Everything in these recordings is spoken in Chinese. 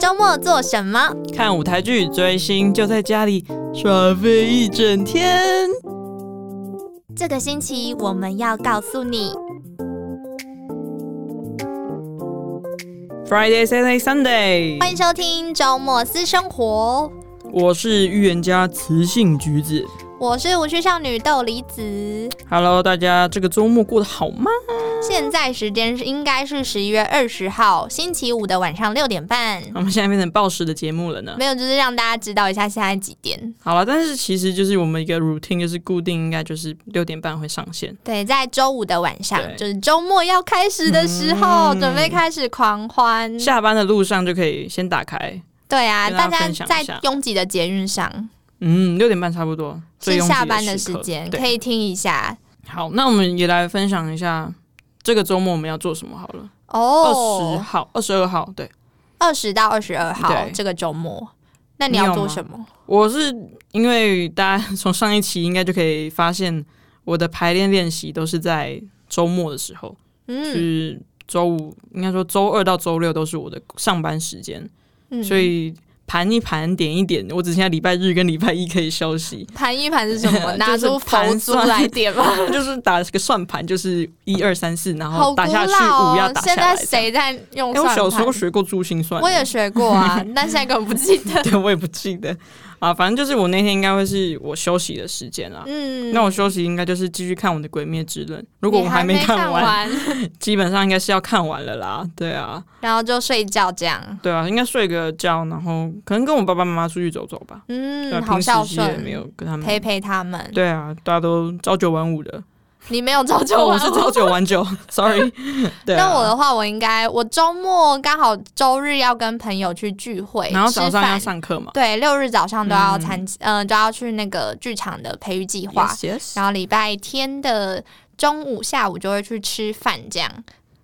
周末做什么？看舞台剧、追星，就在家里耍废一整天。这个星期我们要告诉你。 Friday, Saturday, Sunday，欢迎收听周末私生活，我是预言家雌性橘子。我是无趣少女豆梨子。 Hello，大家这个周末过得好吗？现在时间是应该是十一月二十号星期五的晚上六点半，我们现在变成暴食的节目了呢。没有就是让大家知道一下现在几点。好了，但是其实就是我们一个 routine，就是固定应该就是六点半会上线。对，在周五的晚上，对就是周末要开始的时候，嗯准备开始狂欢。下班的路上就可以先打开，对啊，跟大大家家分享一在下拥挤的捷运上嗯，六点半差不多，最是拥挤下班的时刻间，对可以听一下好，那我们也来分享一下这个周末我们要做什么好了。二十哦。号、二十二号，对，二十到二十二号对这个周末，那你你要有做吗什么？我是因为大家从上一期应该就可以发现，我的排练练习都是在周末的时候，就嗯是周五，应该说周二到周六都是我的上班时间，嗯，，所以盘一盘，点一点，我只剩下礼拜日跟礼拜一可以休息 盘一盘是什 么？拿就是出佛盘珠算来点吗？就是打个算盘，就是一二三四， 然好后古打下去老五哦！要打下现来在这样。谁在用哎、算我盘？小时候学过珠心算，我也学过啊，但现在根本不记得。 对，我也不记得啊。反正就是我那天应该会是我休息的时间啦。嗯， 那我休息应该就是继续看我的《鬼灭之刃》，如果我你还没看看完， 基本上应该是要看完了啦。对啊，然后就睡觉这样。对啊，应该睡个觉，然后可能跟我爸爸妈妈出去走走吧。对啊嗯，好平时孝其实也顺，没有跟他们。陪陪他们。对啊，大家都朝九晚五的，你没有 朝九哦，晚我五，是朝九晚九 ，sorry。对啊，那我的话，我应该我周末刚好周日要跟朋友去聚会，然后早上要吃饭。上课嘛。对，六日早上都要参，嗯、都要去那个剧场的培育计划 Yes, yes 然后礼拜天的中午、下午就会去吃饭，这样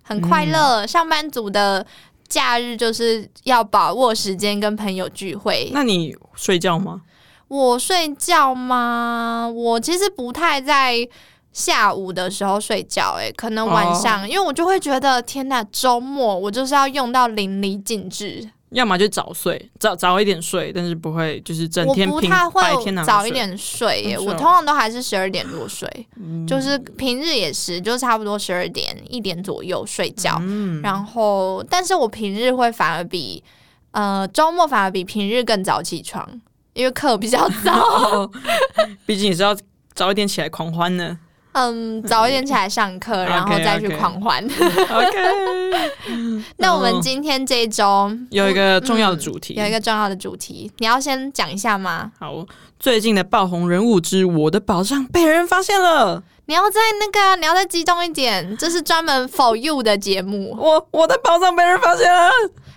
很快嗯乐。上班族的假日就是要把握时间跟朋友聚会。那你睡觉吗？我睡觉吗？我其实不太在下午的时候睡觉、欸，可能哦晚上，因为我就会觉得天呐，周末我就是要用到淋漓尽致，要么就早睡，早早一点睡，但是不会就是整我天不平太会白天拿来早一睡。点睡、耶，嗯是我哦嗯通常都还是十二点入睡，就是平日也是，就差不多十二点一点左右睡觉，嗯然后但是我平日会反而比呃周末反而比平日更早起床，因为课比较早，哦， 毕竟你是要早一点起来狂欢呢。嗯，早一点起来上课，嗯然 后再去 OK，OK 狂欢。 OK， 那我嗯们今天这一周有嗯一个重要的主题，有一个重要的主题，你要先讲一下吗？好，最近的爆红人物之我的宝藏被人发现了，你要在那个啊，你要再激动一点，这是专门 for you 的节目。我我的宝藏被人发现了。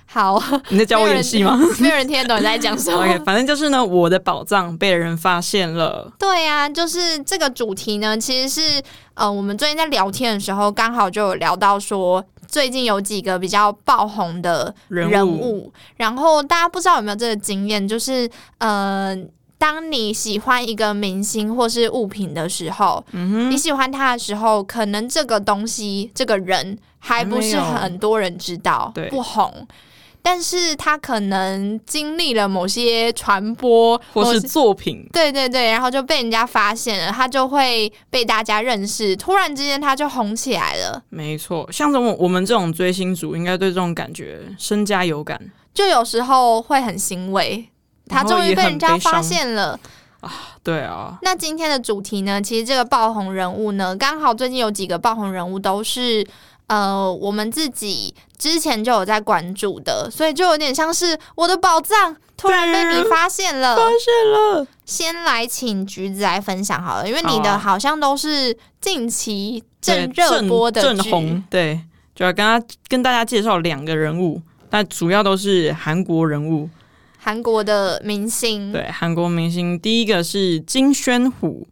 好，你在教我演戏吗没有人听得懂你在讲什么。 ？OK，反正就是呢，我的宝藏被人发现了。对呀、就是这个主题呢，其实是呃，我们最近在聊天的时候，刚好就有聊到说，最近有几个比较爆红的人物然后大家不知道有没有这个经验，就是呃。当你喜欢一个明星或是物品的时候，嗯你喜欢他的时候，可能这个东西、这个人还不是还没有很多人知道对，不红，但是他可能经历了某些传播，或某是些作品，对对对，然后就被人家发现了，他就会被大家认识，突然之间他就红起来了。没错，像这种我们这种追星族，应该对这种感觉深加有感。就有时候会很欣慰，他然后终于也被很人家悲伤发现了。对啊，那今天的主题呢？其实这个爆红人物呢，刚好最近有几个爆红人物都是呃我们自己之前就有在关注的，所以就有点像是我的宝藏突然被你发现了。发现了。先来请橘子来分享好了，因为你好的啊好像都是近期对正热播的正剧正红，对，就要跟他跟大家介绍两个人物，但主要都是韩国人物，韩国的明星。对，韩国明星。第一个是金宣虎，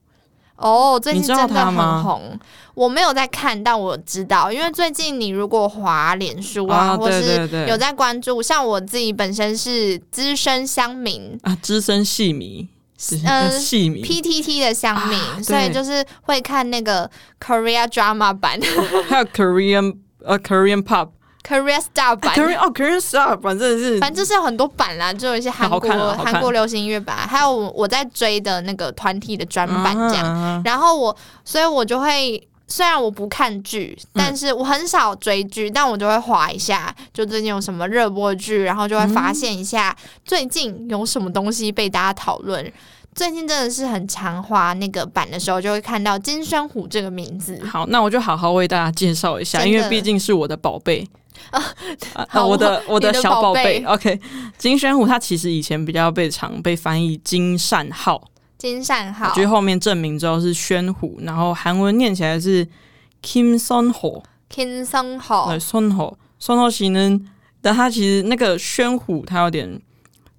哦，最近你知真道的他吗很红。我没有在看，但我知道，因为最近你如果滑脸书啊，啊，或对是对对，有在关注，像我自己本身是资深乡民。啊，资深戏迷，资呃深戏迷， PTT 的乡民，啊所以对就是会看那个 Korea drama 版， 还有 Korean 呃 Korean pop， Korea Star 版。 Korean 哦，Korean Star 反正是反正就是有很多版啦，就有一些韩好国看啊好看韩国流行音乐版，还有我在追的那个团体的专版这样。样。然后我，所以我就会，虽然我不看剧，嗯但是我很少追剧，但我就会划一下，就最近有什么热播剧，然后就会发现一下嗯最近有什么东西被大家讨论。最近真的是很常划那个版的时候，就会看到金宣虎这个名字，好，那我就好好为大家介绍一下，真因的为毕竟是我的宝贝啊好我的我你的小宝宝贝贝。OK，金宣虎他其实以前比较被常被翻译金善浩，金善浩。就是后面证明之后是宣虎，然后韩文念起来是 Kim Son Ho，金生浩对，Son Ho，Son Ho 其实，但他其实那个宣虎，他有点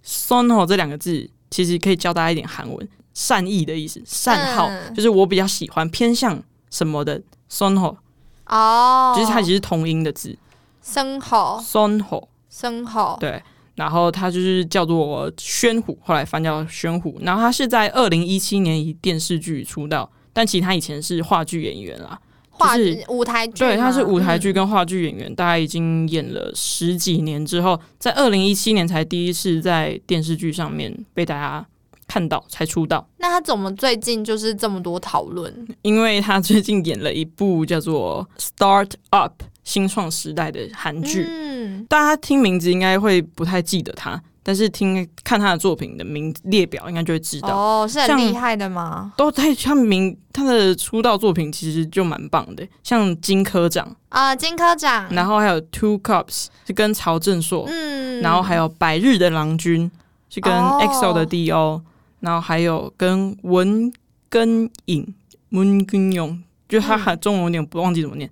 Son Ho 这两个字，其实可以教大家一点韩文，善意的意思，善好，嗯就是我比较喜欢偏向什么的 Son Ho，哦，哦其实它其实是同音的字生浩 Son Ho，生浩，对。然后它就是叫做宣虎，后来翻叫宣虎。然后他是在二零一七年以电视剧出道，但其实他以前是话剧演员啦。话就是剧舞台剧吗，对，他是舞台哦嗯剧跟话剧演员，大概已经演了十几年之后，在二零一七年才第一次在电视剧上面被大家看到，才出道。那他怎么最近就是这么多讨论？因为他最近演了一部叫做《Start Up》新创时代的韩剧，嗯，大家听名字应该会不太记得他，但是听看他的作品的名列表，应该就会知道。哦，是很像厉害的吗？都他他名他的出道作品其实就蛮棒的，像《金科长》，啊、金科长，然后还有《Two Cups》是跟曹正硕，嗯，然后还有百日的郎君是跟哦 EXO 的 DO，、然后还有跟文根影 Moon Gun Yong，就他嗯还中文有点不忘记怎么念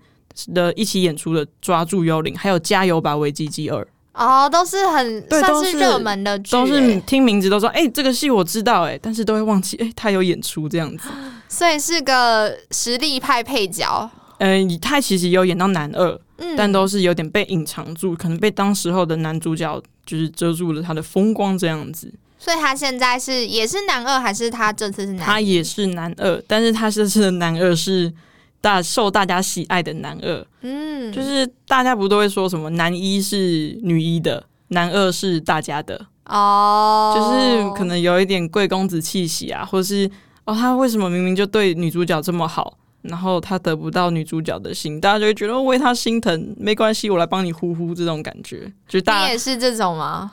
的，一起演出的《抓住幽灵》，还有《加油吧维基基二》，哦，都是很对算都是是热门的剧、都是欸听名字都说哎、这个戏我知道哎、但是都会忘记哎、他有演出这 样子。所以是个实力派配角。嗯、他其实有演到男二，嗯，但都是有点被隐藏住，可能被当时候的男主角就是遮住了他的风光这样子。所以他现在是也是男二，还是他这次是男？他也是男二，但是他这次的男二是大受大家喜爱的男二，嗯，就是大家不都会说什么男一是女一的，男二是大家的，哦，就是可能有一点贵公子气息啊，或是哦他为什么明明就对女主角这么好，然后他得不到女主角的心，大家就会觉得哦为他心疼，没关系，我来帮你呼呼这种感觉，就大你家、也是这种吗？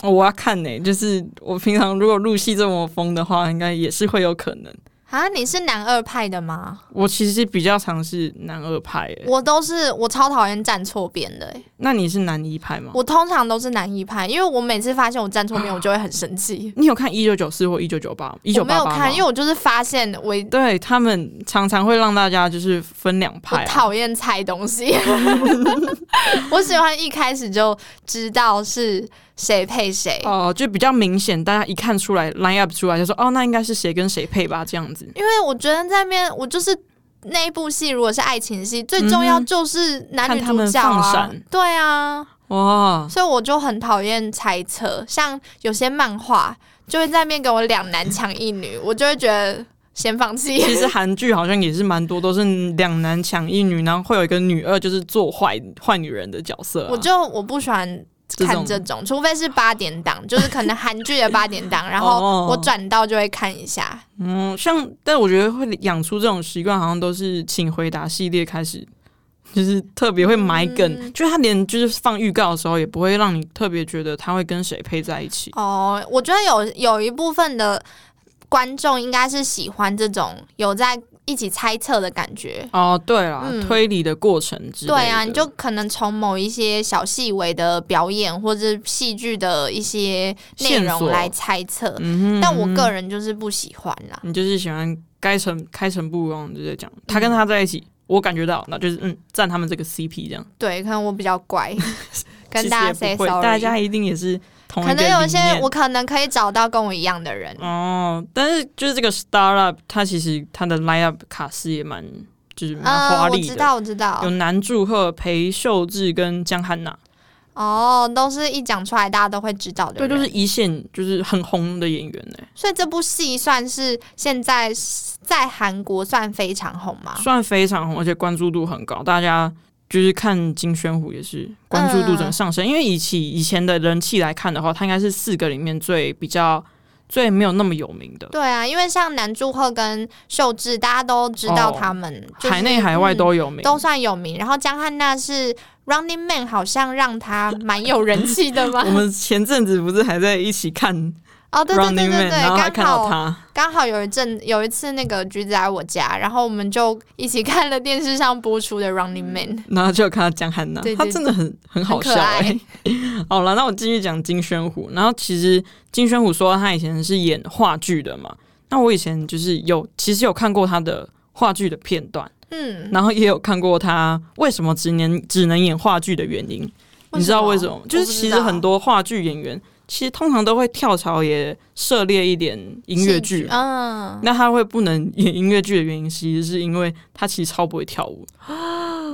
哦我要看呢、就是我平常如果入戏这么疯的话，应该也是会有可能。啊，你是男二派的吗？我其实比较尝试男二派诶，我都是，我超讨厌站错边的、欸。那你是男一派吗？我通常都是男一派，因为我每次发现我站错边，我就会很生气。你有看一九九四或一九九八、啊一九我没八有八看，因为为我就是发现我对他们常常会让大家就是分两我派、啊，讨厌猜东西， 我喜欢一开始就知道是谁配谁，哦、就比较明显，大家一看出来 line up 出来就说哦，那应该是谁跟谁配吧，这样 子。因为我觉得在那边我就是。那一部戏如果是爱情戏，最重要嗯就是男女看他主们角放啊闪，对啊，哇，所以我就很讨厌猜测。像有些漫画就会在那边给我两男抢一女，我就会觉得先放弃。其实韩剧好像也是蛮多都是两男抢一女，然后会有一个女二就是做坏坏女人的角色、啊。我就我不喜欢看这这种，除非是八点档， 就是可能韩剧的八点档，然后哦我转到就会看一下。嗯，像但我觉得会养出这种习惯，好像都是《请回答》系列开始，就是特别会埋梗，嗯就是他连就是放预告的时候，也不会让你特别觉得他会跟谁配在一起。哦，我觉得有有一部分的观众应该是喜欢这种有在一起猜测的感觉。哦，对啦，嗯推理的过程之类的。对啊，你就可能从某一些小细微的表演或者戏剧的一些内线容索来猜测，嗯哼，但我个人就是不喜欢啦。你就是喜欢该成开诚布公，就在讲嗯他跟他在一起，我感觉到，那就是嗯，赞他们这个 CP 这样。对，可能我比较 乖，其跟实大也家 say 不会 sorry。大家一定也是同一可个能有一理些念我可能可以找到跟我一样的人，哦，但是就是这个 startup，它其实它的 lineup 卡司也蛮就是蛮嗯，华我丽知的，道，我知道有，南柱赫、裴秀智跟江汉娜，哦，都是一讲出来大家都会知道的对，人，就是一线就是很红的演员欸呢，所以这部戏算是现在在韩国算非常红嘛，算非常红，而且关注度很高，大家就是看金宣虎也嗯是关注度整个上升，因为以其以前的人气来看的话，他应该是四个里面最比较最没有那么有名的，对啊，因为像南柱赫跟秀智，大家都知道他们，就是哦海内海外嗯都有名。都算有名。然后江汉娜是 Running Man，好像让他蛮有人气的嘛 我。们前阵子不是还在一起看《啊哦，对对 Running 对 Man》，对然后还对，刚看到好他，刚好有一阵有一次那个橘子来我家，然后我们就一起看了电视上播 出的 Running Man。然后就有看到江汉娜对，她对真的很嗯很好笑很可哎、爱好了，那我继续讲金宣虎。然后其实金宣虎说他以前是演话剧的嘛，那我以前就是有其实有看过他的话剧的片段，嗯，然后也有看过他为什么只能只能演话剧的原因。你知道为什么？就是其实很多多话剧演员其实通常都会跳槽，也涉猎一点音乐剧嘛。嗯，那他会不能演音乐剧的原因，其实是因为他其实超不会跳舞，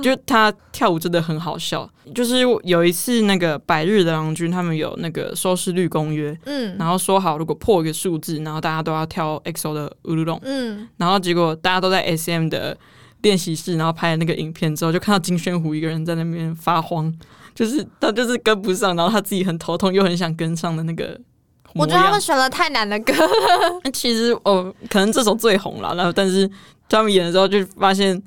就是他跳舞真的很好笑。就是有一次那个百日的郎君他们有那个收视率公约，嗯然后说好如果破一个数字，然后大家都要跳 EXO 的 u l u l o n 嗯，然后结果大家都在 SM 的练习室，然后拍了那个影片之后，就看到金宣虎一个人在那边发慌，就是他就是跟不上，然后他自己很头痛，又很想跟上的那个我模样。觉得他们选了太难的歌。那其实哦，可能这首最红了，然后但是他们演的时候就发现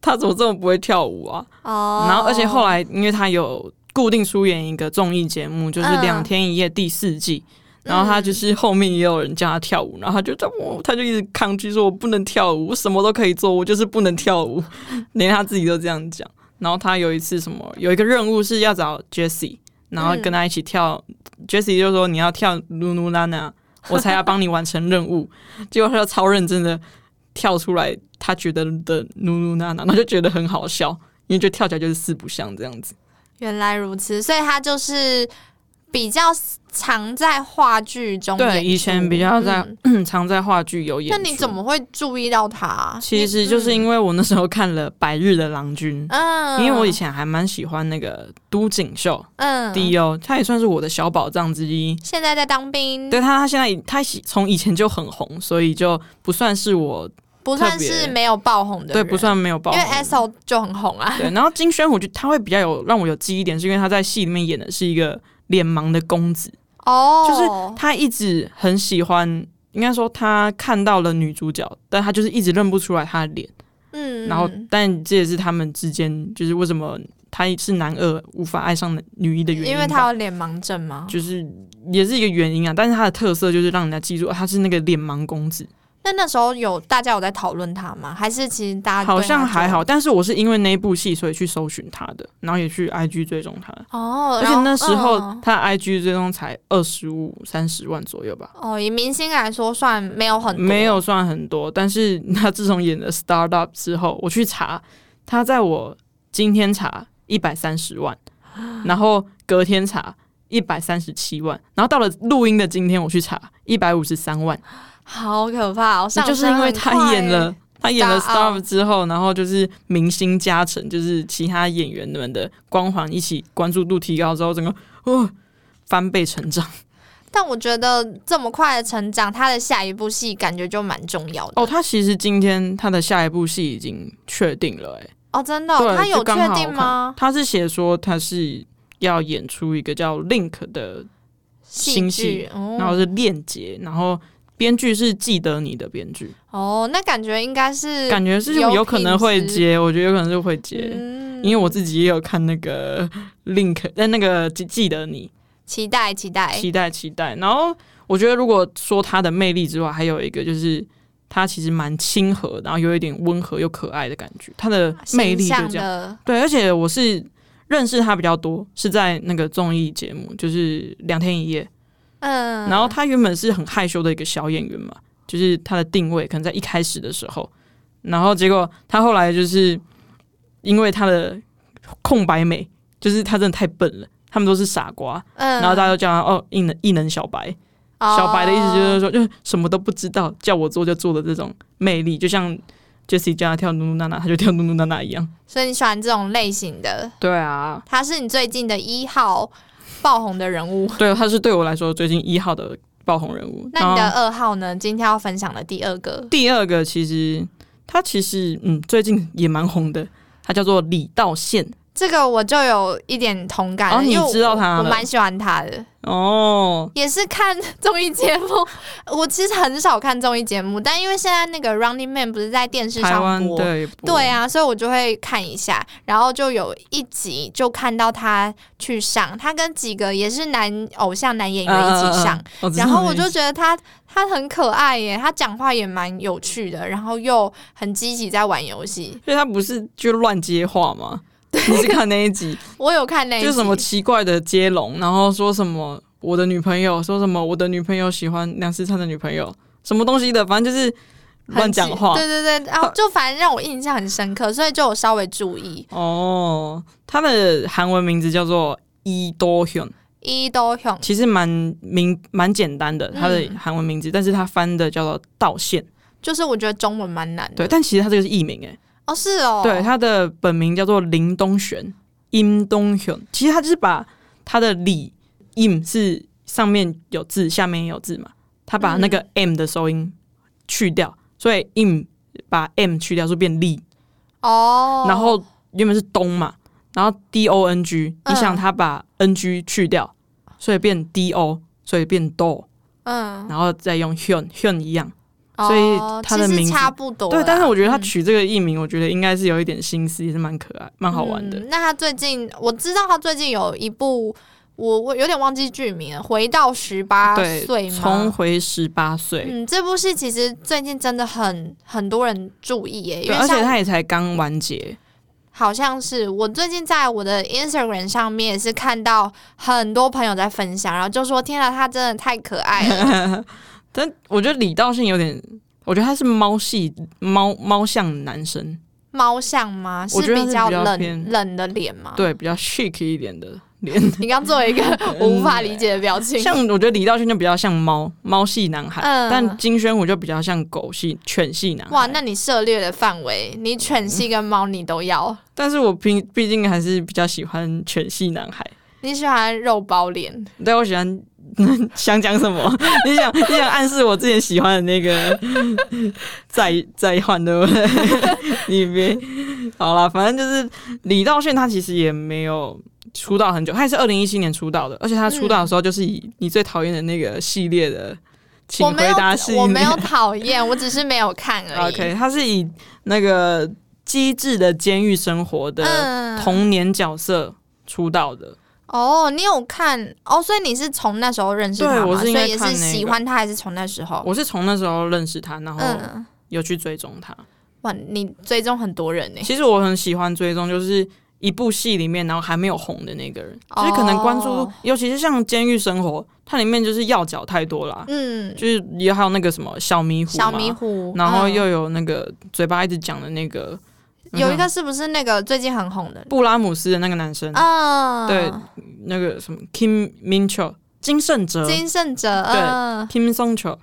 他怎么这么不会跳舞啊？哦， 然后而且后来因为他有固定出演一个综艺节目，就是嗯《两天一夜》第四季。然后他就是后面也有人叫他跳舞，然后他就在我，他就一直抗拒说：“我不能跳舞，我什么都可以做，我就是不能跳舞。”连他自己都这样讲。然后他有一次什么有一个任务是要找 Jessie，然嗯后跟他一起跳。Jessie 就说：“你要跳 Lulu Lana，我才要帮你完成任务。” 结果他就超认真的跳出来，他觉得的 Lulu Lana，然后就觉得很好笑，因为就跳起来就是四不像这样子。原来如此，所以他就是比较常在话剧中演对，出以前比较在、嗯常在话剧有演那出。你怎么会注意到他？其实就是因为我那时候看了《百日的郎君》嗯，因为我以前还蛮喜欢那个都锦秀嗯 D.O，、他也算是我的小宝藏之一。现在在当兵，对他，他现在他喜从以前就很红，所以就不算是我不算特是别没有爆红的人，对不算没有爆因红为。SO 就很红啊。对，然后金宣虎就他会比较有让我有记忆点，是因为他在戏里面演的是一个脸盲的公子，哦，就是他一直很喜欢，应该说他看到了女主角，但他就是一直认不出来她的脸。嗯，然后，但这也是他们之间，就是为什么他是男二无法爱上女一的原因吧，因为他有脸盲症嘛。就是也是一个原因啊。但是他的特色就是让人家记住、啊他是那个脸盲公子，那那时候有大家有在讨论他吗？还是其实大啊家对他好像还好。就但是我是因为那一部戏，所以去搜寻他的，然后也去 IG 追踪他。哦，而且然后那时候嗯他 IG 追踪才二十五三十万左右吧，哦，以明星来说算没有很多没有算很多。但是他自从演了 Startup 之后，我去查，他在我今天查一百三 十万，然后隔天查一百三十七万，然后到了录音的今天，我去查一百五十三万。好可怕哦！那上就是升因为很他快演耶了。他演了 Star Up Startup 之后，然后就是明星加成，就是其他演员们的光环一起关注度提高之后，整个哦翻倍成长。但我觉得这么快的成长，他的下一部戏感觉就蛮重要的哦，哦他其实今天他的下一部戏已经确定了、欸，真的哦、对，他有就刚好确定我看吗？他是写说他是要演出一个叫 Link 的，戏新剧戏然哦后是链接，然后编剧是记得你的编剧，哦，那感觉应该是感觉是有可能会接，我觉得有可能是会接。嗯因为我自己也有看那个 Link，但那个记记得你，期待期待期待期待。然后我觉得，如果说它的魅力之外，还有一个就是它其实蛮亲和，然后有一点温和又可爱的感觉，它的魅力啊形象就这样。的对，而且我是认识他比较多，是在那个综艺节目，就是两天一夜。嗯，然后他原本是很害羞的一个小演员嘛，就是他的定位可能在一开始的时候，然后结果他后来就是因为他的空白美，就是他真的太笨了，他们都是傻瓜，嗯，然后大家都叫他哦异能异能小白，小白的意思就是哦说就是什么都不知道，叫我做就做的这种魅力，就像 Jessie 叫他跳努努娜娜，他就跳努努娜娜一样。所以你喜欢这种类型的，对啊，他是你最近的一号爆红的人 物。对，他是对我来说最近一号的爆红人物。那你的然后二号呢？今天要分享的第二个第二嗯个其实他其实嗯最近也蛮红的，他叫做李道宪，这个我就有一点同感了，哦你因为我知道他了我蛮喜欢他的，哦，也是看综艺节目。 我其实很少看综艺节目，但因为现在那个 Running Man 不是在电视台上湾播，对对，啊，所以我就会看一下，然后就有一集就看到他去上，他跟几个也是男偶像男演也员一起上，，嗯嗯嗯嗯然后我就哦觉得他他很可爱耶，他讲话也蛮有趣的，然后又很积极在玩游戏。所以他不是就乱接话吗？你是看那一集，我有看那一 就什么集奇怪的接龙，然后说什么我的女朋友，说什么我的女朋友喜欢梁思灿的女朋友，什么东西的，反正就是很乱积讲话。对对对，然后就反正让我印象很深刻，所以就有稍微注意。哦，他的韩文名字叫做伊多hyun，伊都雄其实蛮明蛮简单的，嗯他的韩文名字，但是他翻的叫做道歉。就是我觉得中文蛮难的对，但其实他这个是艺名诶、哦，是哦，对，他的本名叫做林东玄，im 东玄。其实他就是把他的李 im 是上面有字，下面也有字嘛，他把那嗯个 m 的收音去掉，所以 im 把 m 去掉，就变李。哦，然后原本是东嘛，然后 d o n g，、嗯你想他把 n g 去掉，所以变 d o，所以变 do，嗯，然后再用 hyun hyun 一样。所以哦他的其实名字差不多啦，对，但是我觉得他嗯取这个艺名，我觉得应该是有一点心思，也是蛮可爱、蛮好玩的。嗯那他最近我知道他最近有一部，我我有点忘记剧名了，回到十八对岁，重吗？回十八岁，嗯，这部戏其实最近真的很很多人注意耶，因为对，而且像他也才刚完结，好像是我最近在我的 Instagram 上面也是看到很多朋友在分享，然后就说天啊，他真的太可爱了， 但我觉得李道信有点，我觉得他是猫系猫猫像男生，猫像吗？我觉得比较是比较冷偏冷的脸吗？，对，比较 chic 一点的 脸。你刚做了一 个我无法理解的表情，像我觉得李道勋就比较像猫猫系男孩，嗯但金宣武就比较像狗系犬系男孩。哇，那你涉猎的范围，你犬系跟猫你都要。但是我毕毕竟还是比较喜欢犬系男孩。你喜欢肉包脸，对，我喜欢 想讲什么？ 你想你想暗示我之前喜欢的那个 再再换对 不对？你别好啦，反正就是李道炫他其实也没有出道很久，他也是二零一七年出道的，而且他出道的时候就是以你最讨厌的那个系列的，请我没回有答系列，我没有讨厌，我只是没有看而已。 OK，他是以那个机智的监狱生活的嗯，童年角色出道的。哦，你有看哦，所以你是从那时候认识他对吗？我是因为所以也看是那个喜欢他，还是从那时候？我哦是从那时候认识他，然后嗯，有去追踪他。哇，你追踪很多人呢、其实我很喜欢追踪，就是一部戏里面，然后还没有红的那个人，就是可能关注度哦，尤其是像《监狱生活》，它里面就是要角太多啦，嗯，就是也还有那个什么小迷糊嘛，小迷糊，然后嗯又有那个嘴巴一直讲的那个有一个是不是那个最近很红的？布拉姆斯的那个男生，嗯，对，那个什么 Kim Min Cho 金圣哲金圣哲，对嗯， Kim Song Cho，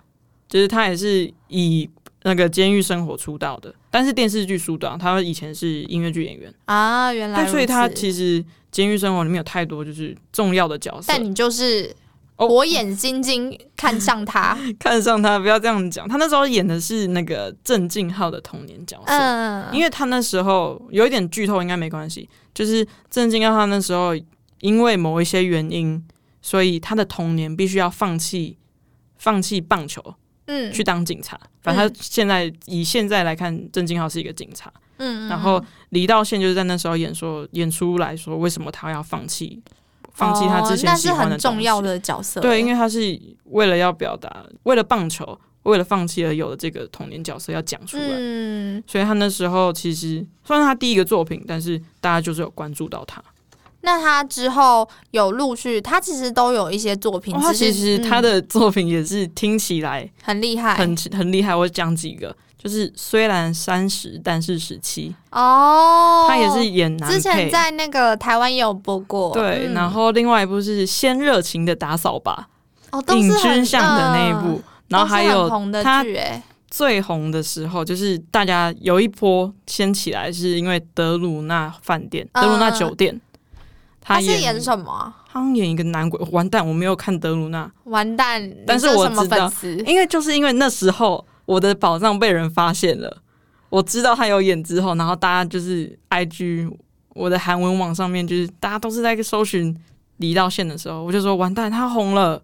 就是他也是以那个监狱生活出道的，但是电视剧出道，他以前是音乐剧演员，啊，原来对，如此，所以他其实监狱生活里面有太多就是重要的角色。但你就是哦火眼金睛看上 他，看上他，不要这样讲，他那时候演的是那个郑敬浩的童年角色，嗯，因为他那时候有一点剧透，应该没关系，就是郑敬浩他那时候因为某一些原因，所以他的童年必须要放弃放弃棒球，嗯去当警察。反正他现在以现在来看，郑敬浩是一个警察。嗯，嗯然后李道宪就是在那时候演说演出来说，为什么他要放弃放弃他之哦、那前喜是欢的、很重要。的角色，对，因为为他是为了要表达，为了棒球，为了放弃而有的这个童年角色要讲出来。嗯，所以他那时候其实算是他第一个作品，但是大家就是有关注到他。那他之后有陆续，他其实都有一些作品，哦、他只是其实嗯他的作品也是听起来很厉害，很很厉害。我讲几个，就是虽然三十，但是十七。哦，他也是演男配，之前在那个台湾也有播过，对，嗯然后另外一部是《先热情的打扫吧哦，》，都尹是很嗯君相的那一部，，然后还都是很有红的他剧，哎，最红的时候，就是大家有一波先起来，是因为德鲁纳饭店、嗯德鲁纳酒店，他是演演什么啊？他演一个男鬼，完蛋，我没有看德鲁纳，完蛋！但你是我什么知道粉丝？因为就是因为那时候我的宝藏被人发现了，我知道他有演之后，然后大家就是 I G 我的韩文网上面，就是大家都是在搜寻李道宪的时候，我就说完蛋，他红了，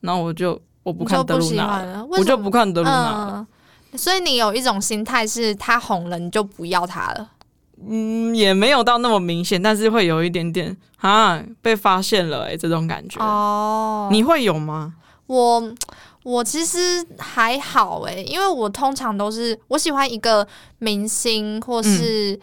然后我就我不你看就德不鲁喜纳欢了，了，为我什就么不看德鲁纳了。嗯，所以你有一种心态是，他红了你就不要他了。嗯，也没有到那么明显，但是会有一点点啊被发现了哎、欸，这种感觉。哦你会有吗？我我其实还好诶、因为我通常都是我喜欢一个明星，或是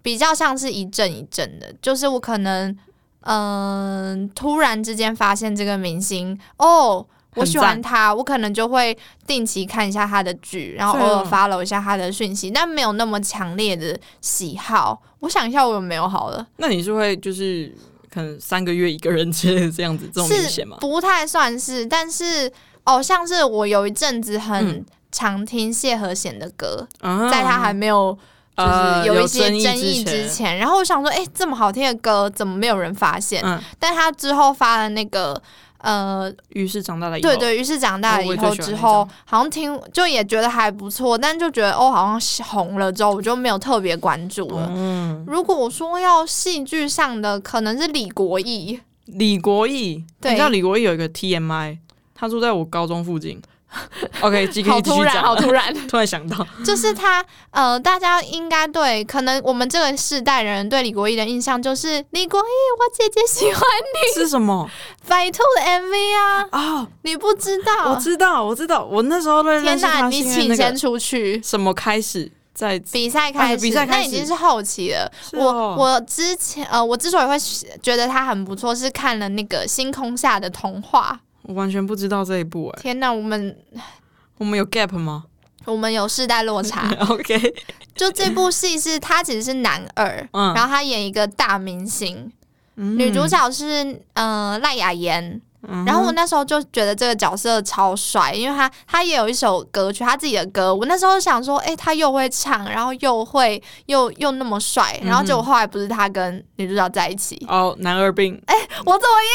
比较像是一阵一阵的，就是我可能嗯、突然之间发现这个明星哦。我很喜欢赞他，我可能就会定期看一下他的剧，然后偶尔对 follow 一下他的讯息，但没有那么强烈的喜好。我想一下，我有没有好了？那你是会就是可能三个月一个人之类的这样子，这种明是显吗？不太算是，但是哦，像是我有一阵子很嗯常听谢和弦的歌，啊在他还没有就是呃有一有些争议争之议之前前，然后我想说，哎、这么好听的歌怎么没有人发现？嗯，但他之后发了那个呃，于是长大了以后，对对，于是长大了哦我以也后最喜欢之那后张，好像听就也觉得还不错，但就觉得哦，好像红了之后，我就没有特别关注了。嗯，如果我说要戏剧上的，可能是李国毅。李国义，对你知道李国义有一个 TMI，他住在我高中附 近。OK，继续好继续突然，讲好突然！突然想到，就是他，呃，大家应该对，可能我们这个世代人对李国毅的印象就是李国毅，我姐姐喜欢是什么白兔的 MV 啊，啊、你不知我道？知道，我知道，我那时候认天识哪，他你是因为请那先个出去，什么开始在比赛开始，啊比赛那已开始经是后期了。是我哦我之前呃，我之所以会觉得他很不错，是看了那个《星空下的童话我完全不知道这一步哎、》。天哪，我们我们有 gap 吗我们有世代落 差。 ？OK，就这部戏是他其实是男二，嗯然后他演一个大明星，嗯女主角是呃赖雅妍，嗯然后我那时候就觉得这个角色超帅，因为他他也有一首歌曲，他自己的歌。我那时候想说，诶，他又会唱，然后又会又又那么帅，嗯然后结果后来不是他跟女主角在一起，哦，男二病，我怎么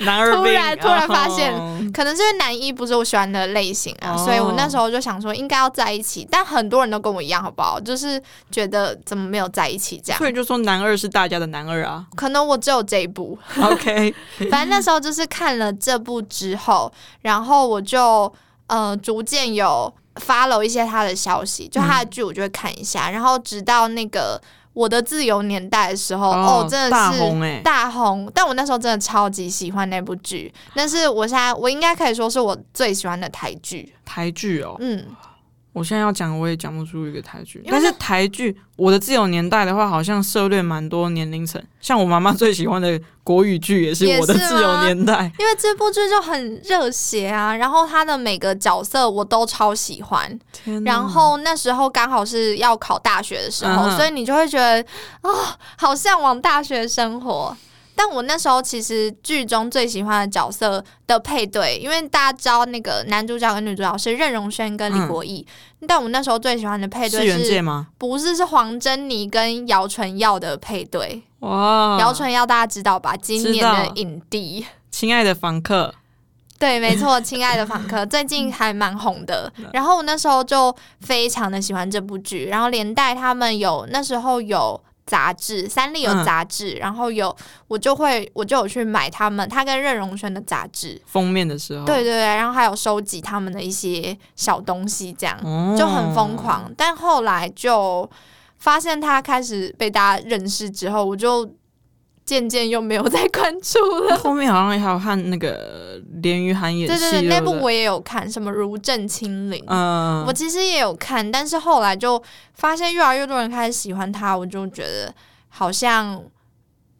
男二病，哎突然突然发现哦可能是因为男一不是我喜欢的类型啊，哦所以我那时候就想说应该要在一起，但很多人都跟我一样，好不好？就是觉得怎么没有在一起这样所。以就说男二是大家的男二 啊。可能我只有这一部， OK，反正那时候就是看了这部之后，然后我就呃逐渐有 follow 一些他的消息，就嗯他的剧我就会看一下，然后直到那个我的自由年代的时候，哦，真的是大红哎、大红，但我那时候真的超级喜欢那部剧，但是我现在我应该可以说是我最喜欢的台剧，台剧哦，嗯，我现在要讲我也讲不出一个台剧，因为但那是台剧我的自由年代的话，好像涉猎蛮多年龄层，像我妈妈最喜欢的国语剧也是也我的是自由吗年代。因为这部剧就很热血啊，然后他的每个角色我都超喜欢，天哪，然后那时候刚好是要考大学的时候，嗯哼所以你就会觉得哦，好向往大学生活。但我那时候其实剧中最喜欢的角色的配对，因为大家知道那个男主角跟女主角是任容萱跟李国毅，但我那时候最喜欢的配嗯是对原是界吗？不是是黄真妮跟姚纯耀的配对？哇，姚纯耀大家知道吧？今年嗯知的道影帝。亲爱的房客，对，没错，《亲爱的访客》最嗯近还蛮红的。然后我那时候就非常的喜欢这部剧，然后连带他们有那时候有杂志，三立有嗯杂志，然后有我就会我就有去买他们他跟任容萱的杂志，封面的时候，对对对，然后还有收集他们的一些小东西，这样哦，就很疯狂。但后来就发现他开始被大家认识之后，我就渐渐又没有 再关注了。后面好像还有和那个连于涵演戏，对对对，对不那部对我也有看，什么《如朕亲临》嗯，我其实也有看，但是后来就发现越来越多人开始喜欢他，我就觉得好像，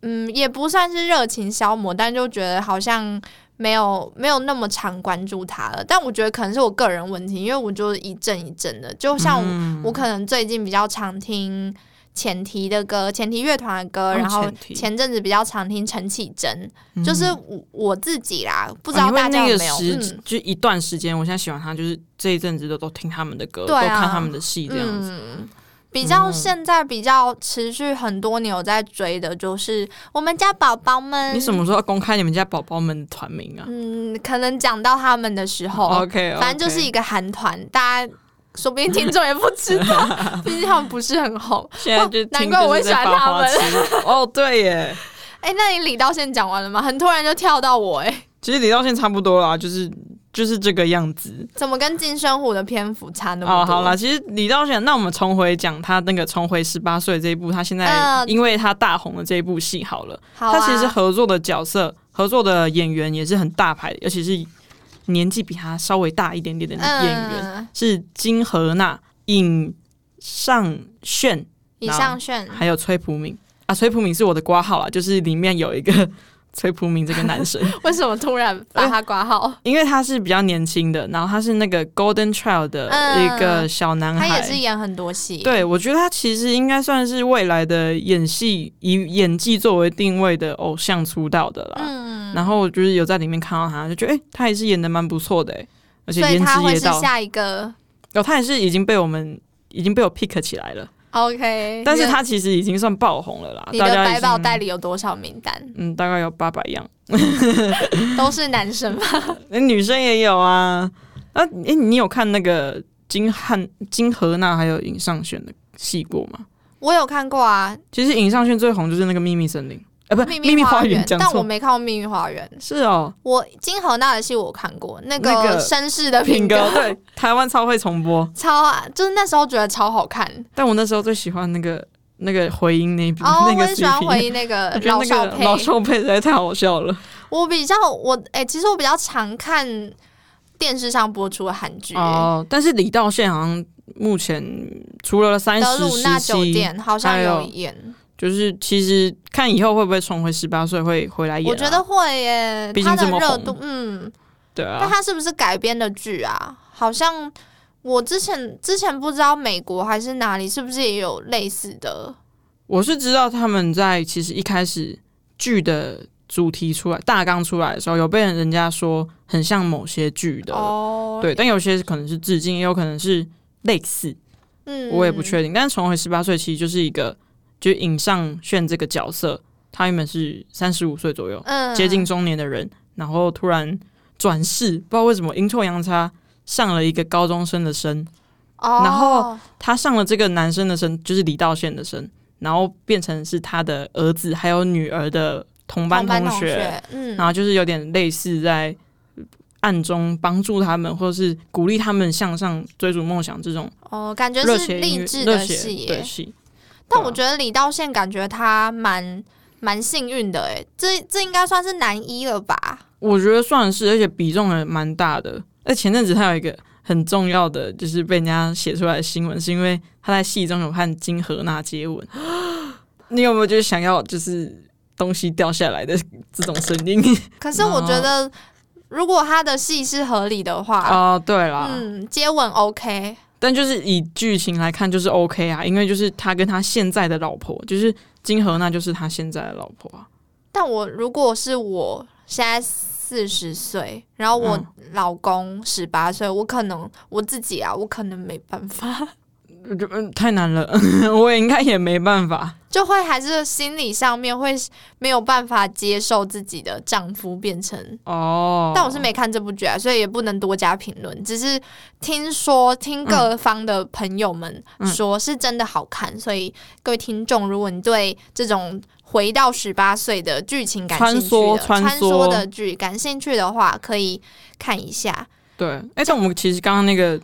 嗯，也不算是热情消磨，但就觉得好像没有没有那么常关注他了。但我觉得可能是我个人问题，因为我就一阵一阵的，就像我,、嗯可能最近比较常听。前提的歌，前提乐团的歌，哦然后前提前阵子比较常听陈绮贞，嗯就是我我自己啦，不不知道大家有没有？那个时嗯，就一段时间，我现在喜欢他，就是这一阵子都都听他们的歌，对啊都看他们的戏这样子。嗯，比较现在比较持续很多年有在追的，就是我们家宝宝们。嗯你什么？时候要公开你们家宝宝们的团名啊嗯，可能讲到他们的时候哦？OK，反正就是一个韩团，大家说不定听众也不知道， 毕竟他们不是很红。现在就哦难听怪就我是会在喜欢发他花们痴哦，对耶，哎、那你李道宪讲完了吗？很突然就跳到我、哎，其实李道宪差不多啦，就是就是这个样子。怎么跟金生虎的篇幅差那哦，么多？好啦，，其实李道宪，那我们重回讲他那个重回十八岁这一部，他现在嗯因为他大红的这一部戏好了，好啊他其实合作的角色、合作的演员也是很大牌的，尤其是年纪比他稍微大一点点的演员，嗯、是金荷娜、尹尚炫，以上炫还有崔普敏啊。崔普敏是我的挂号啊，就是里面有一个崔普敏这个 男生，为什么突然把他挂号？因为他是比较年轻的，然后他是那个 Golden Child 的一个小男嗯他孩，也是演很多戏，，嗯对，我觉得他其实应该算是未来的演戏以演技作为定位的偶像出道的啦。嗯，然后就是有在里面看到他，就觉得哎、诶他也是演的蛮不错的、诶而且所以颜他值会也是到，下一个哦，他也是已经被我们已经被我 pick 起来了， OK，但是他其实已经算爆红了啦，你的大你的家已百宝经袋里有多少名 单？嗯，大概有八百样，都是男生吗？那、女生也有啊，啊，哎、你有看那个金汉、金荷娜还有尹尚炫的戏过吗？ 我有看过啊，其实尹尚炫最红就是那个《秘密森林》，啊，不，《秘秘密花园园》，》讲但我错，没看过《秘密花园》。是哦，我金荷娜的戏我看过，那那个个绅士的品品格对，台湾超会重播，超啊，就是那时候觉得超好看。但我那时候最喜欢那个那个回音那一部、哦，那我个很喜欢 CP。回忆那个我觉老得少 那个配。老少配实在太好笑了我比较我哎、其实我比较常看电视上播出的韩剧、哦！但是李道宪好像目前除了三德十鲁纳时酒期，店》好像还有有演，就是其实看以后会不会重回十八岁会回来演啊、我觉得会耶，毕竟它的这么热红度，嗯，对但啊，它是不是改编的剧啊？好像我之前之前不知道美国还是哪里是不是也有类似的，我是知道他们在其实一开始剧的主题出来大纲出来的时候，有被人家说很像某些剧的，哦，对，但有些可能是致敬，也有可能是类似，嗯我也不确定。但是重回十八岁其实就是一个，就尹尚炫这个角色，他原本是三十五岁左右，嗯接近中年的人，然后突然转世，不知道为什么阴错阳差上了一个高中生的身，哦，然后他上了这个男生的身，就是李道宪的身，然后变成是他的儿子还有女儿的同班哦同同班学，学，嗯，然后就是有点类似在暗中帮助他们，或是鼓励他们向上追逐梦想这种哦，感觉热是血音乐励志热的血戏对耶，戏。但对啊我觉得李道宪感觉他蛮蛮幸运的，哎，这这应该算是男一了吧？我觉得算是，而且比重也蛮大的。而前阵子他有一个很重要的，就是被人家写出来的新闻，是因为他在戏中有和金荷娜 接吻。你有没有就是想要就是东西掉下来的这种声音？可是我觉得如果他的戏是合理的话，哦，对啦，啊嗯，接吻 OK，但就是以剧情来看，就是 OK 啊，因为就是他跟他现在的老婆，就是金荷娜，就是他现在的老婆啊。但我如果是我现在四十岁，然后我嗯老公十八岁，我可能我自己啊，我可能没办法，我就嗯，太难了， 我也应该也没办法。就会还是心理上面会没有办法接受自己的丈夫变成。哦，但我是没看这部剧啊，所以也不能多加评论，只是听说听各方的朋友们嗯说是真的好看，所以各位听众，如果你对这种回到十八岁的剧情感兴趣的穿梭穿梭梭的剧感兴趣的话，可以看一下。对，哎、但我们其实刚刚那个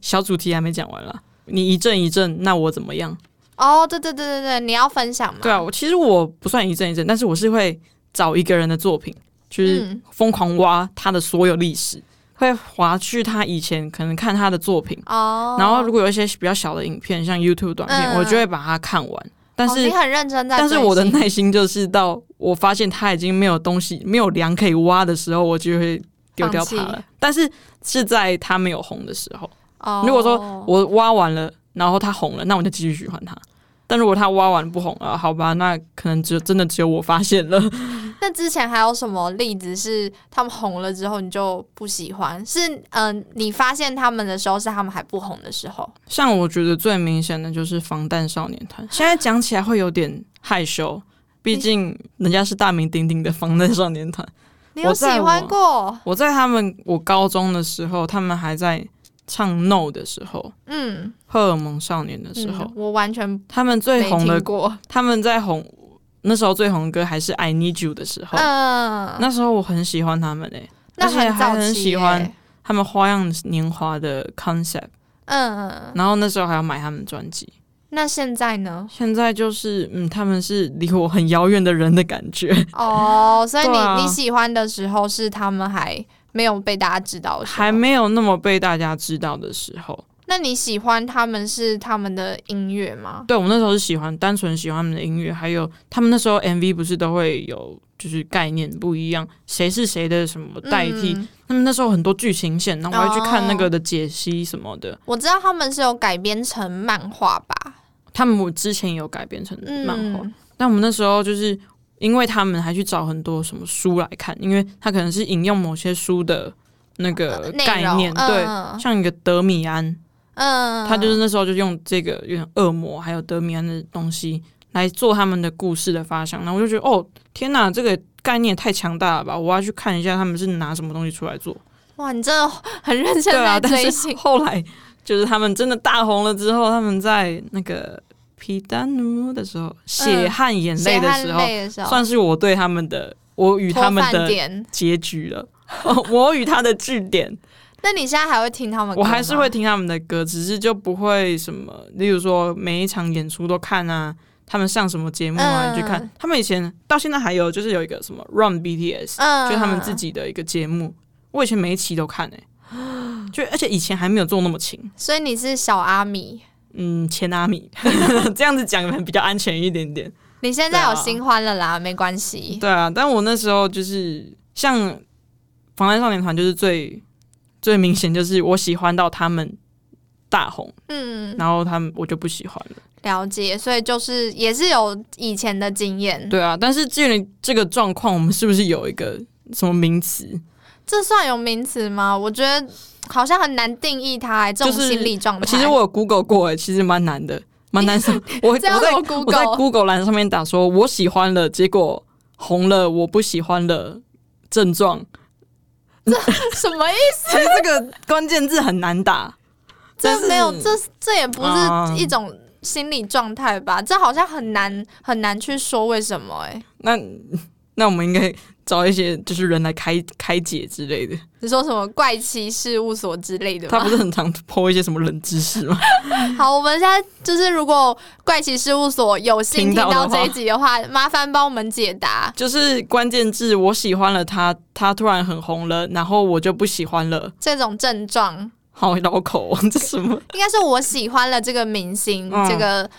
小主题还没讲完啦。你一阵一阵，那我怎么样？哦，对对对对对，你要分享吗？对啊，我其实我不算一阵一阵，但是我是会找一个人的作品，就是嗯，疯狂挖他的所有历史，会划去他以前可能看他的作品，哦，然后如果有一些比较小的影片，像 YouTube 短片，嗯我就会把它看完。但哦是你很认真在但追星，是我的耐心就是到我发现他已经没有东西、没有粮可以挖的时候，我就会丢掉他放了弃。但是是在他没有红的时候，哦，如果说我挖完了，然后他红了，那我就继续喜欢他。但如果他挖完不红了，好吧，那可能只有真的只有我发现了。 那之前还有什么例子是他们红了之后你就不喜欢？是嗯、呃你发现他们的时候是他们还不红的时候像我觉得最明显的就是防弹少年团，现在讲起来会有点害羞，毕竟人家是大名鼎鼎的防弹少年团。你有喜欢过？我在他们我高中的时候，他们还在唱 No 的时候，嗯，荷尔蒙少年的时候，嗯我完全他们最没红的听，过，他们在红那时候最红的歌还是 I Need You 的时候，嗯，那时候我很喜欢他们诶、欸那而且很早还很期喜欢耶，他们花样年华的 concept，嗯，然后那时候还要买他们专辑。那现在呢？现在就是，嗯，他们是离我很遥远的人的感觉，哦，所以你、对啊你喜欢的时候是他们还没有被大家知道的时候，还没有那么被大家知道的时候。那你喜欢他们是他们的音乐吗？对我那时候是喜欢，单纯喜欢他们的音乐，还有他们那时候 MV 不是都会有就是概念不一样，谁是谁的什么代替。嗯他们那时候很多剧情线，然后我还去看那哦个的解析什么的。我知道他们是有改编成漫画吧，他们我之前有改编成嗯，漫画，但我们那时候就是因为他们还去找很多什么书来看，因为他可能是引用某些书的那个呃内呃概容念，对，嗯像一个德米安，嗯，他就是那时候就用这个有点恶魔还有德米安的东西来做他们的故事的发想，然后我就觉得哦天哪，这个概念也太强大了吧！我要去看一下他们是拿什么东西出来做。哇，你真的很认真对啊，在但追是 星，后来就是他们真的大红了之后，他们在那个皮丹奴的时候，血汗眼泪嗯血的汗时候，泪的时候，算是我对他们的，我与他们脱啊饭的点。结局了。 我与他的据 点，那你现在还会听他们歌我吗？还是会听他们的歌，只是就不会什么，例如说每一场演出都看啊，他们上什么节目啊、嗯你去看。他们以前到现在还有就是有一个什么 Run BTS，、嗯，就他们自己的一个节目，我以前每一期都 看诶、欸就而且以前还没有做那么勤，所以你是小阿米，嗯，前阿米 这样子讲可能比较安全一点点。你现在有对啊新欢了啦，没关系。对啊，但我那时候就是像防弹少年团，就是最最明显就是我喜欢到他们大红，嗯，然后他们我就不喜欢了。了解。所以就是也是有以前的经验，对啊，但是至于这个状况，我们是不是有一个什么名词？这算有名词吗？我觉得好像很难定义它、欸，这种就是心理状态。其实我有 Google 过、欸，其实蛮难的，蛮难的。我我这样在怎么我在 Google？ Google 栏上面打说我喜欢了，结果红了，我不喜欢了。症状， 什么意其实这个关键字很难打，但这是没有，这这也不啊是一种心理状态吧？这好像很难很难去说为什么、欸。哎，那 那我们应该找一些就是人来开开解之类的。你说什么怪奇事务所之类的他吗？不是很常剖一些什么冷知识吗？ 好，我们现在就是，如果怪奇事务所有幸听听到的到话这一集的话，麻烦帮我们解答。就是关键字，我喜欢了他，他突然很红了，然后我就不喜欢了。这种症状，好绕口哦， 这什么？应该是我喜欢了这个明星，嗯这个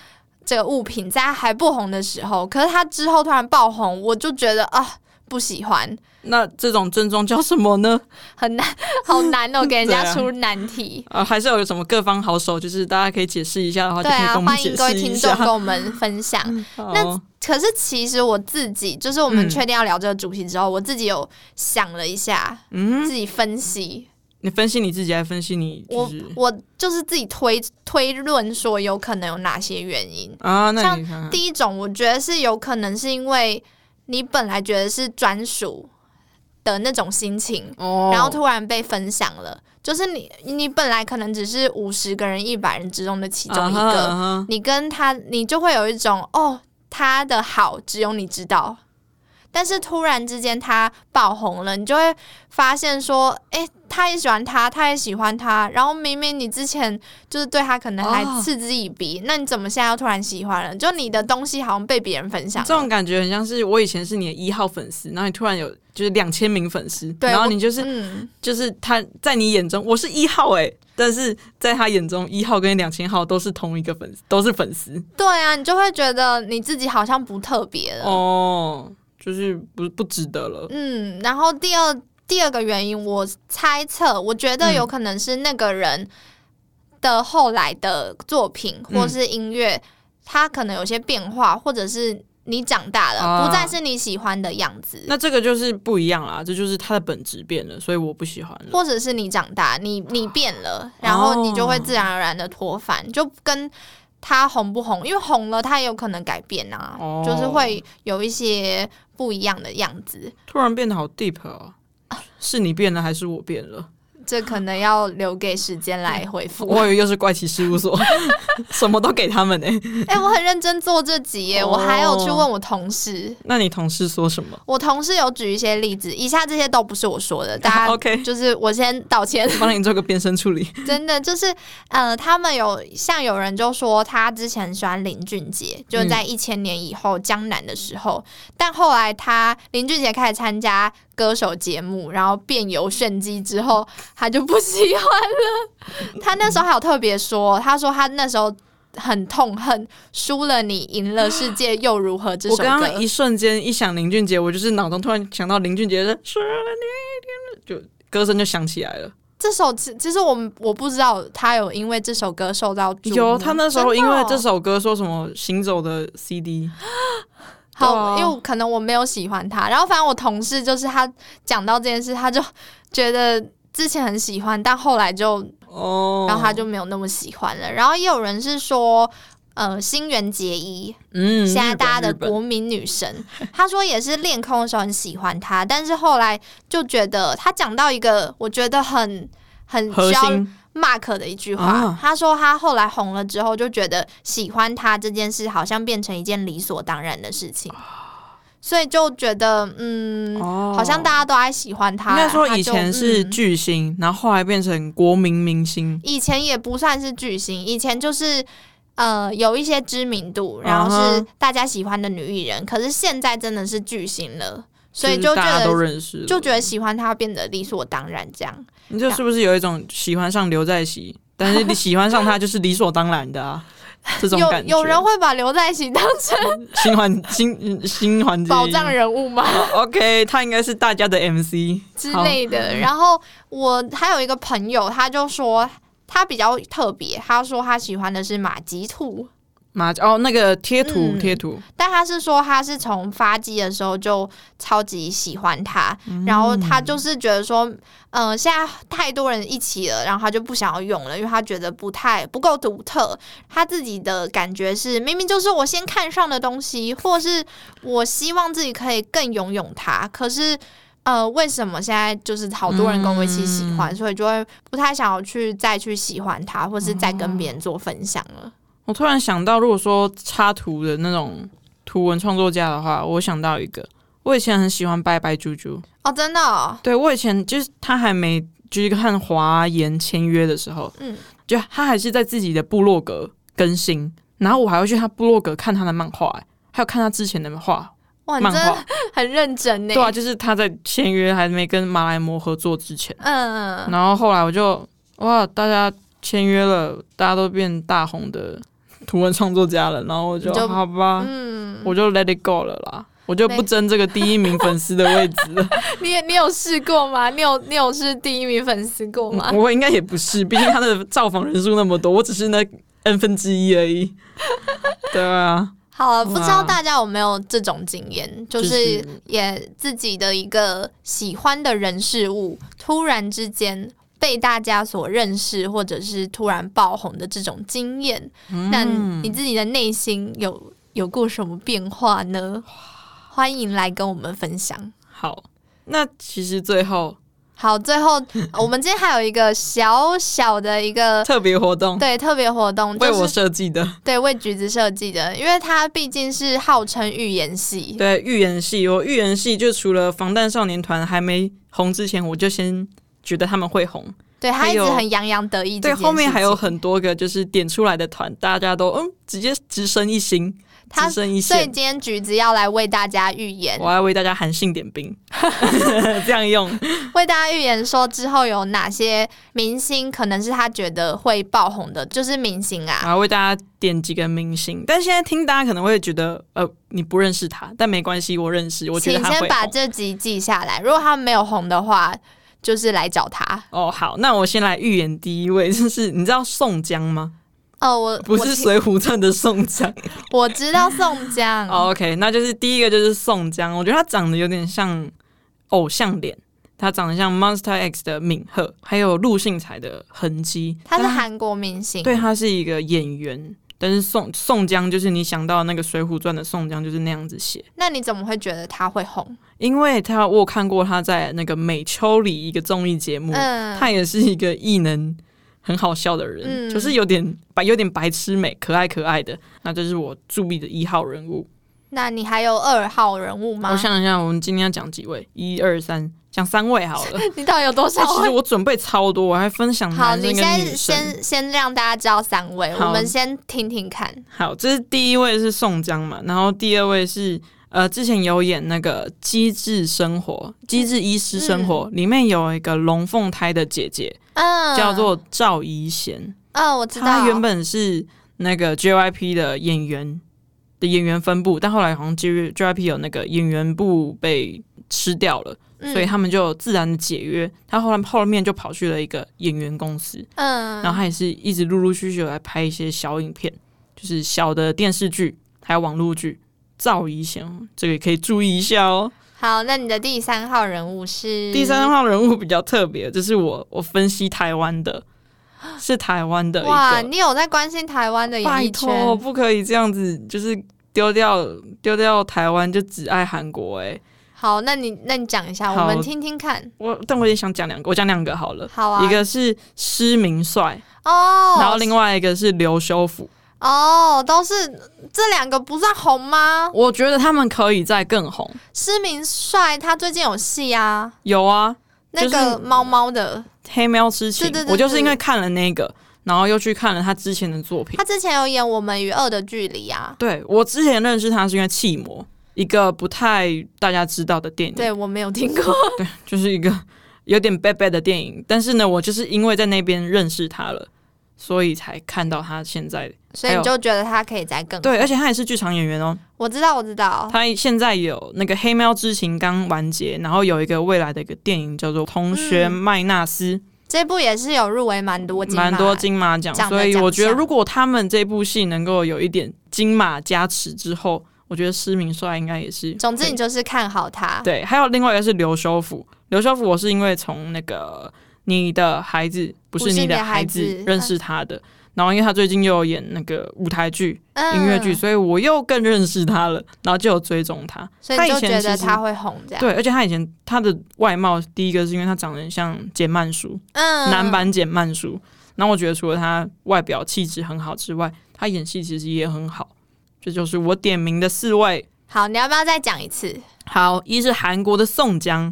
这个物品，在他还不红的时候，可是他之后突然爆红，我就觉得啊。不喜欢，那这种症状叫什么呢？很难，好难哦，给人对家啊出难题。啊，还是有什么各方好手，就是大家可以解释一下的话，就对可以跟啊，我们欢迎解各位释听一众下。哦跟我们分享。好可是其实我自己，就是我们嗯确定要聊这个主题之后，我自己有想了一下，嗯，自己分析，你分析你自己，还分析你就我是我就是自己推推论说有可能有哪些原因。啊，那像你看看，第一种，我觉得是有可能是因为你本来觉得是专属的那种心情，哦然后突然被分享了，就是你你本来可能只是五十个人、一百人之中的其中一啊哈个，啊哈你跟他，你就会有一种哦，他的好只有你知道。但是突然之间他爆红了，你就会发现说，诶，他也喜欢他，他也喜欢他。然后明明你之前就是对他可能还哦嗤之以鼻，那你怎么现在又突然喜欢了？就你的东西好像被别人分享这种了。感觉很像是我以前是你的一号粉丝，然后你突然有就是两千名粉丝，对然后我你就是嗯，就是他在你眼中我是一号哎、但是在他眼中一号跟两千号都是同一个粉丝，都是粉丝对啊，你就会觉得你自己好像不特别了。哦，就是不不值得了。嗯，然后第二第二个原因，我猜测，我觉得有嗯可能是那个人的后来的作品嗯或是音乐，它可能有些变化，或者是你长大了，啊不再是你喜欢的样子，那这个就是不一样啦，这就是他的本质变了，所以我不喜欢了。或者是你长大，你你变了，然后你就会哦自然而然的脱凡，就跟。他红不红？因为红了，他也有可能改变啊，哦就是会有一些不一样的样子。啊啊突然变得好 deep 哦，是你变了还是我变了？这可能要留给时间来回复。我以为又是怪奇事务所， 什么都给他们哎、 哎、我很认真做这集耶，哦我还有去问我同事，那你同事说什么？我同事有举一些例子，以下这些都不是我说的，大家 OK 就是我先道歉。帮你做个变身处理。真的就是，呃，他们有像有人就说他之前喜欢林俊杰，就在嗯一千年以后江南的时候，但后来他林俊杰开始参加歌手节目，然后遍游炫技之后，他就不喜欢了。他那时候还有特别说，他说他那时候。很痛恨输了你赢了世界又如何这我首歌，刚刚一瞬间一想林俊杰，我就是脑中突然想到林俊杰的是你，就歌声就响起来了。这首其其实我们我不知道他有因为这首歌受到注目有他那时候真因的哦为这首歌说什么行走的 CD，对好，啊因为我可能我没有喜欢他，然后反正我同事就是他讲到这件事，他就觉得之前很喜欢，但后来就哦，然后他就没有那么喜欢了。然后也有人是说。呃，新垣结衣，嗯，现在日本大家的日本国民女神，她说也是练空的时候很喜欢她，但是后来就觉得她讲到一个我觉得很很核需要心 Mark 的一句话，啊他说他后来红了之后，就觉得喜欢他这件事好像变成一件理所当然的事情，所以就觉得嗯，哦好像大家都爱喜欢他。应该说他就以前是嗯巨星，然后后来变成国民明星。以前也不算是巨星，以前就是。呃，有一些知名度，然后啊是哈大家喜欢的女艺人可是现在真的是巨星了，所以是就觉大家都得认识了，就觉得喜欢他变得理所当然这样。你这是不是有一种喜欢上刘在熙，但是你喜欢上他就是理所当然的啊？这种有感觉，有人会把刘在熙 当成新环新新环节宝藏人物吗？哦 OK，他应该是大家的 MC 之好类的。然后我还有一个朋友，他就说他比较特别，他说他喜欢的是马吉兔，马哦，那个贴图嗯贴图，但他是说他是从发迹的时候就超级喜欢他，嗯然后他就是觉得说，嗯、现在太多人一起了，然后他就不想要用了，因为他觉得不太不够独特。他自己的感觉是，明明就是我先看上的东西，或是我希望自己可以更拥有它，可是。呃，为什么现在就是好多人跟我一起喜欢，所以就会不太想要去再去喜欢它，或是再嗯跟别人做分享了。我突然想到，如果说插图的那种图文创作家的话，我想到一个，我以前很喜欢拜拜猪猪，哦，真的、哦，对我以前就是他还没就是和华研签约的时候，嗯，就他还是在自己的部落格更新，然后我还会去他部落格看他的漫画、欸还有看他之前的画哦哇，你漫真的画，很认真呢。对啊，就是他在签约还没跟马来摩合作之前，嗯，然后后来我就哇，大家签约了，大家都变大红的图文创作家了，然后我就你就嗯好吧，我就 let it go 了啦，我就不争这个第一名粉丝的位置 了。你也你有试过吗？你有你有是第一名粉丝过吗？嗯我应该也不是，毕竟他的造访人数那么多，我只是那 n 分之一而已。对啊，好了，不知道哇大家有没有这种经验，就就是是也自己的一个喜欢的人事物，突然之间。被大家所认识，或者是突然爆红的这种经验，嗯那你自己的内心有有过什么变化呢？欢迎来跟我们分享。好，那其实最后好，最后 我们今天还有一个小小的一个特别活动呃对特别活动，为就是我设计的，对，为橘子设计的，因为它毕竟是号称预言系，对预言系，我预言系就除了防弹少年团还没红之前，我就先觉得他们会红。对，它还一直有很洋洋得意这对，件事情。后面还有很多个就是点出来的团，大家都嗯直接直升一星，他直升一所以线今。天橘子要来为大家预言，我要为大家韩信点 兵，这样用为大家预言说之后有哪些明星可能是他觉得会爆红的，就是明星啊。然后为大家点几个明星。但现在听大家可能会觉得，呃，你不认识他，但没关系，我认识，我觉请得他先会把红。这集记下来，如果他没有红的话，就是来找他。哦，好，那我先来预言第一位，就是你知道宋江吗？哦，我不是《水浒传》的宋江。 我我知道宋江， 哦 OK，那就是第一个就是宋江，我觉得他长得有点像偶像脸，他长得像 Monster X 的敏赫，还有陆信才的痕迹。他是但韩国明星，对，他是一个演员，但是宋宋江就是你想到那个《水浒传》的宋江就是那样子写，那你怎么会觉得他会红？因为他我有看过他在那个美秋里一个综艺节目，嗯，他也是一个异能很好笑的人，嗯就是有点白有点白痴美，可爱可爱的。那这是我注意的一号人物。那你还有二号人物吗我？想一下，我们今天要讲几位？一二三，讲三位好 了。你到底有多少哎其实位？我准备超多，我还分享好，男你生跟女先生。先先让大家知道三位，好我们先听听看。好，这是第一位是宋江嘛，然后第二位是呃，之前有演那个《机智生活》《机智医师生活》里面有一个龙凤胎的姐姐，嗯，叫做赵怡贤，嗯，我知道她，原本是那个 JYP 的演员的演员分部，但后来好像 J JYP 有那个演员部被吃掉了，嗯所以他们就自然的解约。她后来后面就跑去了一个演员公司，嗯，然后他也是一直陆陆续续有来拍一些小影片，就是小的电视剧，还有网络剧。赵怡贤，这个也可以注意一下哦。好，那你的第三号人物是第三号人物比较特别，这是我我分析台湾的，是台湾的一哇，个。你有在关心台湾的演拜艺托，圈？不可以这样子，就是丢掉丢掉台湾，就只爱韩国哎、好，那你那你讲一下，好我们听听看。我但我也想讲两个，我讲两个好了。好啊，一个是施明帅，哦，然后另外一个是刘修福。哦，都是这两个不算红吗？我觉得他们可以再更红。施明帅他最近有戏啊，有啊，那就是个猫猫的，黑喵之情，对对对我就是因为看了那个，然后又去看了他之前的作品他。之前有演《我们与恶的距离》啊，对我之前认识他是因为《弃魔》，一个不太大家知道的电影，对我没有听过。就是一个有点 bad bad 的电影。但是呢，我就是因为在那边认识他了，所以才看到他现在。所以你就觉得他可以再更对，而且他也是剧场演员哦。我知道，我知道，他现在有那个《黑喵之情》刚完结，然后有一个未来的一个电影叫做《同嗯学麦纳斯》。这部也是有入围蛮多金马，蛮多金马奖，奖的所以奖我觉得项如果他们这部戏能够有一点金马加持之后，我觉得施明帅应该也是。总之，你就是看好他。对，还有另外一个是刘修福，刘修福我是因为从那个你的孩子不是不是你你的的孩孩子子认识他的，然后因为他最近又有演那个舞台剧、嗯音乐剧，所以我又更认识他了，然后就有追踪他。所以你他就以前觉其得实他会红这样。对，而且他以前他的外貌，第一个是因为他长得很像简曼书，嗯男。版简曼书。那我觉得除了他外表气质很好之外，他演戏其实也很好。这就是我点名的四位。好，你要不要再讲一次？好，一是韩国的宋江，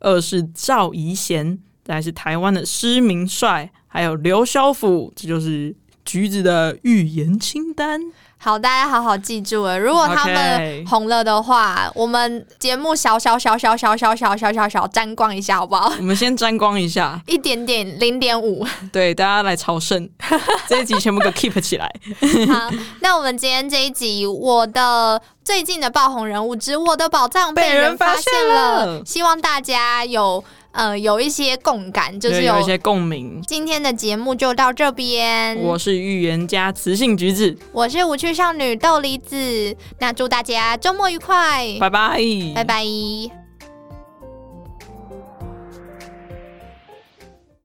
二是赵怡贤，再来是台湾的施明帅，还有刘肖甫。这就是橘子的预言清单。好，大家好好记住了。如果他 OK 们红了的话我们节目小小小小小小小小小小沾光一下，好不好？我们先沾光一下，一点点，零点五。对大家来朝圣，这一集全部给 keep 起来。 好，那我们今天这一集，我的最近的爆红人物之我的宝藏被被人人发发现现了，了希望大家有呃有一些共感，就是对有一些共鸣。今天的节目就到这边，我是预言家雌性橘子，我是无趣少女豆梨子，那祝大家周末愉快，拜拜，拜拜